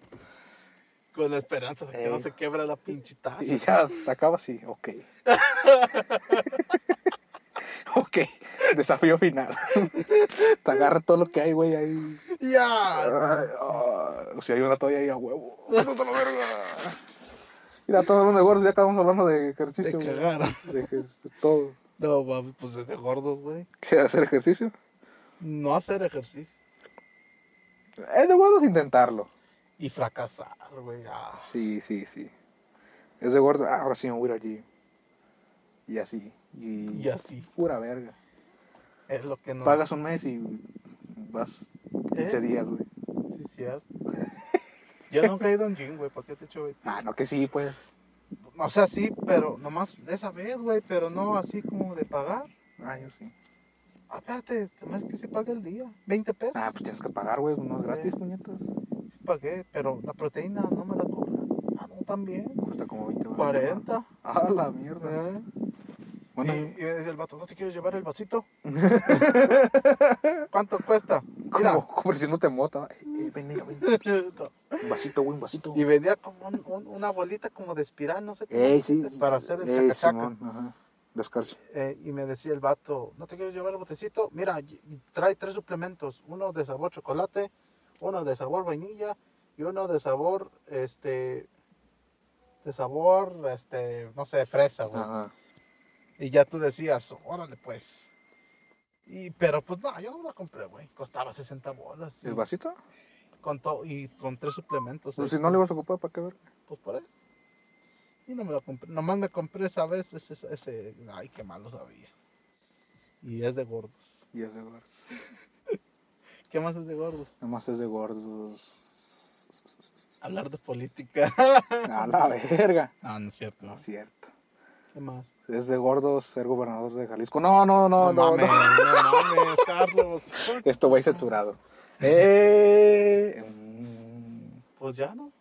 A: Con la esperanza de que no
B: Ey.
A: se quebra la pinche taza.
B: Y ya se acaba así, ok. ok, desafío final. Te agarra todo lo que hay, güey, ahí.
A: ¡Ya!
B: Ay, ah, si hay una toalla ahí a huevo. ¡Vámonos a la verga! Mira, todos hablando de gordos, ya acabamos hablando de
A: Te
B: ejercicio. güey.
A: cagaron.
B: De que- de todo.
A: No, mami, pues es de gordos, güey.
B: ¿Qué hacer ejercicio?
A: No hacer ejercicio.
B: Es de gordos intentarlo.
A: Y fracasar, güey. Ah.
B: Sí, sí, sí. Es de gordos, ah, ahora sí me voy a ir allí. Y así. Y,
A: Y así.
B: Pura verga.
A: Es lo que no. ¿Eh?
B: Pagas un mes y vas 15 días, güey.
A: Sí, cierto. Yo nunca he ido a un gym, güey. ¿Para qué te echo 20?
B: Ah, no, que sí, pues.
A: O sea, sí, pero nomás esa vez, güey. Pero no así como de pagar.
B: Ah, yo sí.
A: Aparte, nomás que se paga el día. 20 pesos.
B: Ah, pues tienes que pagar, güey. No es gratis, puñetas.
A: Sí pagué, pero la proteína no me la cobran. Ah, no, también.
B: Cuesta como 20 baros.
A: 40.
B: Ah, la mierda.
A: ¿eh?
B: Bueno,
A: Y, y me dice el vato, ¿no te quieres llevar el vasito? ¿Cuánto cuesta? Mira.
B: como, como si no te mota. Eh, eh, ven, mira, ven. Un vasito, güey, un vasito.
A: Y vendía como un- un- una bolita como de espiral, no sé qué.
B: Ey, sí.
A: Para hacer el
B: Ey,
A: chacachaca.
B: Simón, ajá. Descarche.
A: Eh, y me decía el vato, ¿no te quieres llevar el botecito? Mira, y- y trae tres suplementos, uno de sabor chocolate, uno de sabor vainilla y uno de sabor, este, de sabor, este, no sé, fresa, güey.
B: Ajá.
A: Y ya tú decías, órale pues. Y, pero pues no, yo no la compré, güey. Costaba 60 bolas.
B: ¿El
A: y
B: vasito?
A: con to- y con tres suplementos.
B: Pues
A: eh,
B: si no le vas a ocupar, ¿para qué ver?
A: pues por eso. Y no me lo compré. Nomás me compré esa vez ese, ese- ay, qué malo sabía. Y es de gordos.
B: Y es de gordos.
A: ¿Qué más es de gordos?
B: Nada más es de gordos.
A: Hablar de política.
B: A la verga.
A: No, no es cierto.
B: No es cierto.
A: ¿Qué más?
B: Es de gordos ser gobernador de Jalisco. No, no, no, no.
A: mames,
B: no.
A: no mames, Carlos.
B: Esto va a ir saturado. Eh, mm,
A: Pues ya no.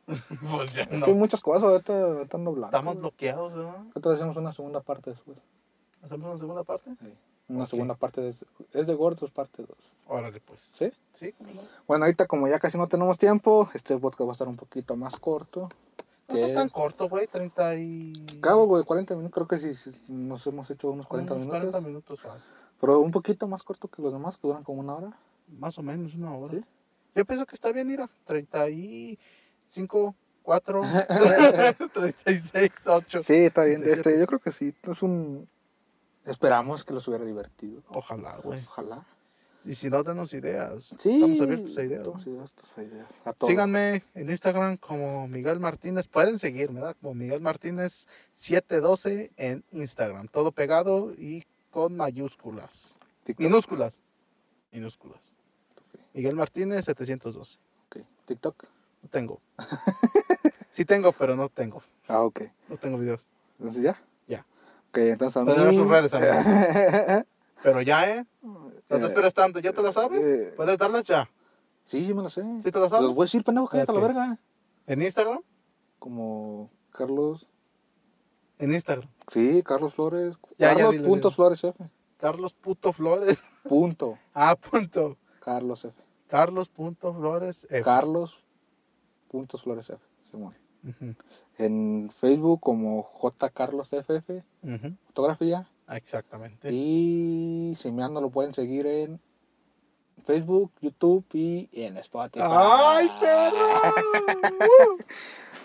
A: Pues ya
B: es que hay
A: no.
B: muchas cosas, ahorita, ahorita ando hablando.
A: Estamos
B: güey.
A: bloqueados, ¿no?
B: Ahorita hacemos una segunda parte después.
A: ¿Hacemos una segunda parte?
B: Una
A: Ok.
B: segunda parte de- es de gordos, parte 2.
A: Órale, pues.
B: ¿Sí?
A: Sí, cómo no.
B: Bueno, ahorita como ya casi no tenemos tiempo, este podcast va a estar un poquito más corto.
A: No está
B: ¿Qué?
A: tan corto, güey. 30 y.
B: Cabo, güey, 40 minutos. Creo que sí, sí, nos hemos hecho unos 40
A: unos
B: minutos.
A: 40 minutos fácil.
B: Pero un poquito más corto que los demás, que duran como una hora.
A: Más o menos, una hora.
B: ¿Sí?
A: Yo pienso que está bien, mira. 35, 4, 36, 8.
B: Sí, está bien.
A: Sí,
B: Este, yo creo que sí. Es un... Esperamos que los hubiera divertido.
A: Ojalá, güey.
B: Ojalá.
A: Y si no, danos ideas.
B: Sí.
A: Estamos abiertos a ideas.
B: Estamos abiertos a ideas. A todo.
A: Síganme en Instagram como Miguel Martínez. Pueden seguirme, ¿verdad? Como Miguel Martínez 712 en Instagram. Todo pegado y con mayúsculas.
B: TikTok.
A: Minúsculas. Minúsculas.
B: Ok.
A: Miguel Martínez 712.
B: Ok. TikTok.
A: No tengo. sí tengo, pero no tengo.
B: Ah, ok.
A: No tengo videos.
B: Entonces ya.
A: Ya.
B: Ok, entonces a
A: Pueden ver sus redes,
B: redes.
A: Pero ya, ¿eh? No te esperes tanto. ¿Ya te la
B: eh.
A: sabes? Puedes darlas ya.
B: sí, sí me lo sé.
A: ¿Sí te lo sabes?
B: Los voy a decir, pendejo, cállate a la
A: Ok.
B: verga.
A: ¿En Instagram?
B: Como Carlos...
A: En Instagram.
B: Sí, Carlos Flores.
A: Ya, ya,
B: Carlos
A: dile,
B: punto
A: dile.
B: Flores F.
A: Carlos Puto Flores.
B: Punto.
A: Ah, punto.
B: Carlos F.
A: Carlos Punto Flores. F.
B: Carlos punto Flores F. Simón.
A: Ujú,
B: en Facebook como J Carlos FF
A: ujú.
B: fotografía
A: Exactamente.
B: y si me ando lo pueden seguir en Facebook, YouTube y en Spotify.
A: ¡Ay, perro! Uh,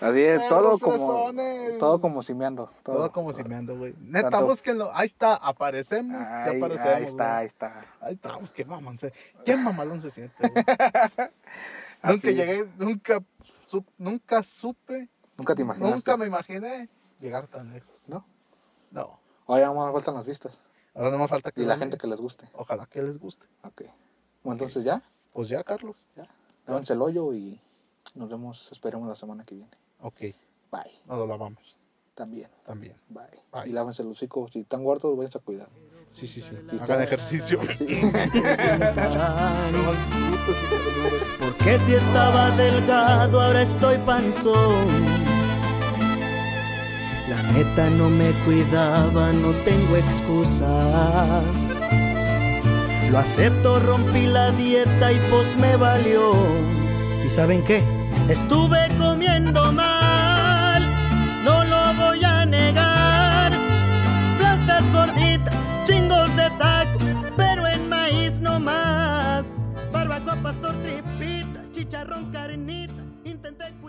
B: Así es,
A: Perros
B: todo como
A: fresones.
B: todo como si me ando, todo,
A: Todo como si me ando, güey. Neta,
B: Tanto-
A: búsquenlo. Ahí está, aparecemos. ya
B: Ahí,
A: aparecemos.
B: ahí está,
A: güey.
B: ahí está.
A: Ahí estamos, qué mamón. se- Qué mamalón se siente, güey.
B: Así.
A: nunca llegué, nunca, sup- nunca supe,
B: Nunca te imaginaste.
A: nunca me imaginé llegar tan lejos.
B: ¿No?
A: No.
B: Ahora vamos a faltan las vistas
A: Ahora no más falta que
B: y la
A: lo
B: gente
A: miren.
B: que les guste.
A: Ojalá que les guste.
B: Okay. Bueno, entonces ya,
A: Pues ya, Carlos.
B: ya. Lávense el hoyo y nos vemos, esperemos la semana que viene.
A: Ok,
B: Bye.
A: nos lo lavamos
B: También.
A: también.
B: Bye.
A: Bye.
B: Y lávense los hocico. Si están gordos, vayan a cuidar.
A: Sí, sí, sí.
B: Sí,
A: Hagan
B: está-
A: ejercicio. No más disfrutes.
C: Porque si estaba delgado, ahora estoy panzón. La neta no me cuidaba, no tengo excusas. Lo acepto, rompí la dieta y pues me valió. ¿Y saben qué? Estuve comiendo mal, no lo voy a negar. Plantas gorditas, chingos de tacos, pero en maíz no más. Barbacoa, pastor, tripita, chicharrón, carnita, intenté...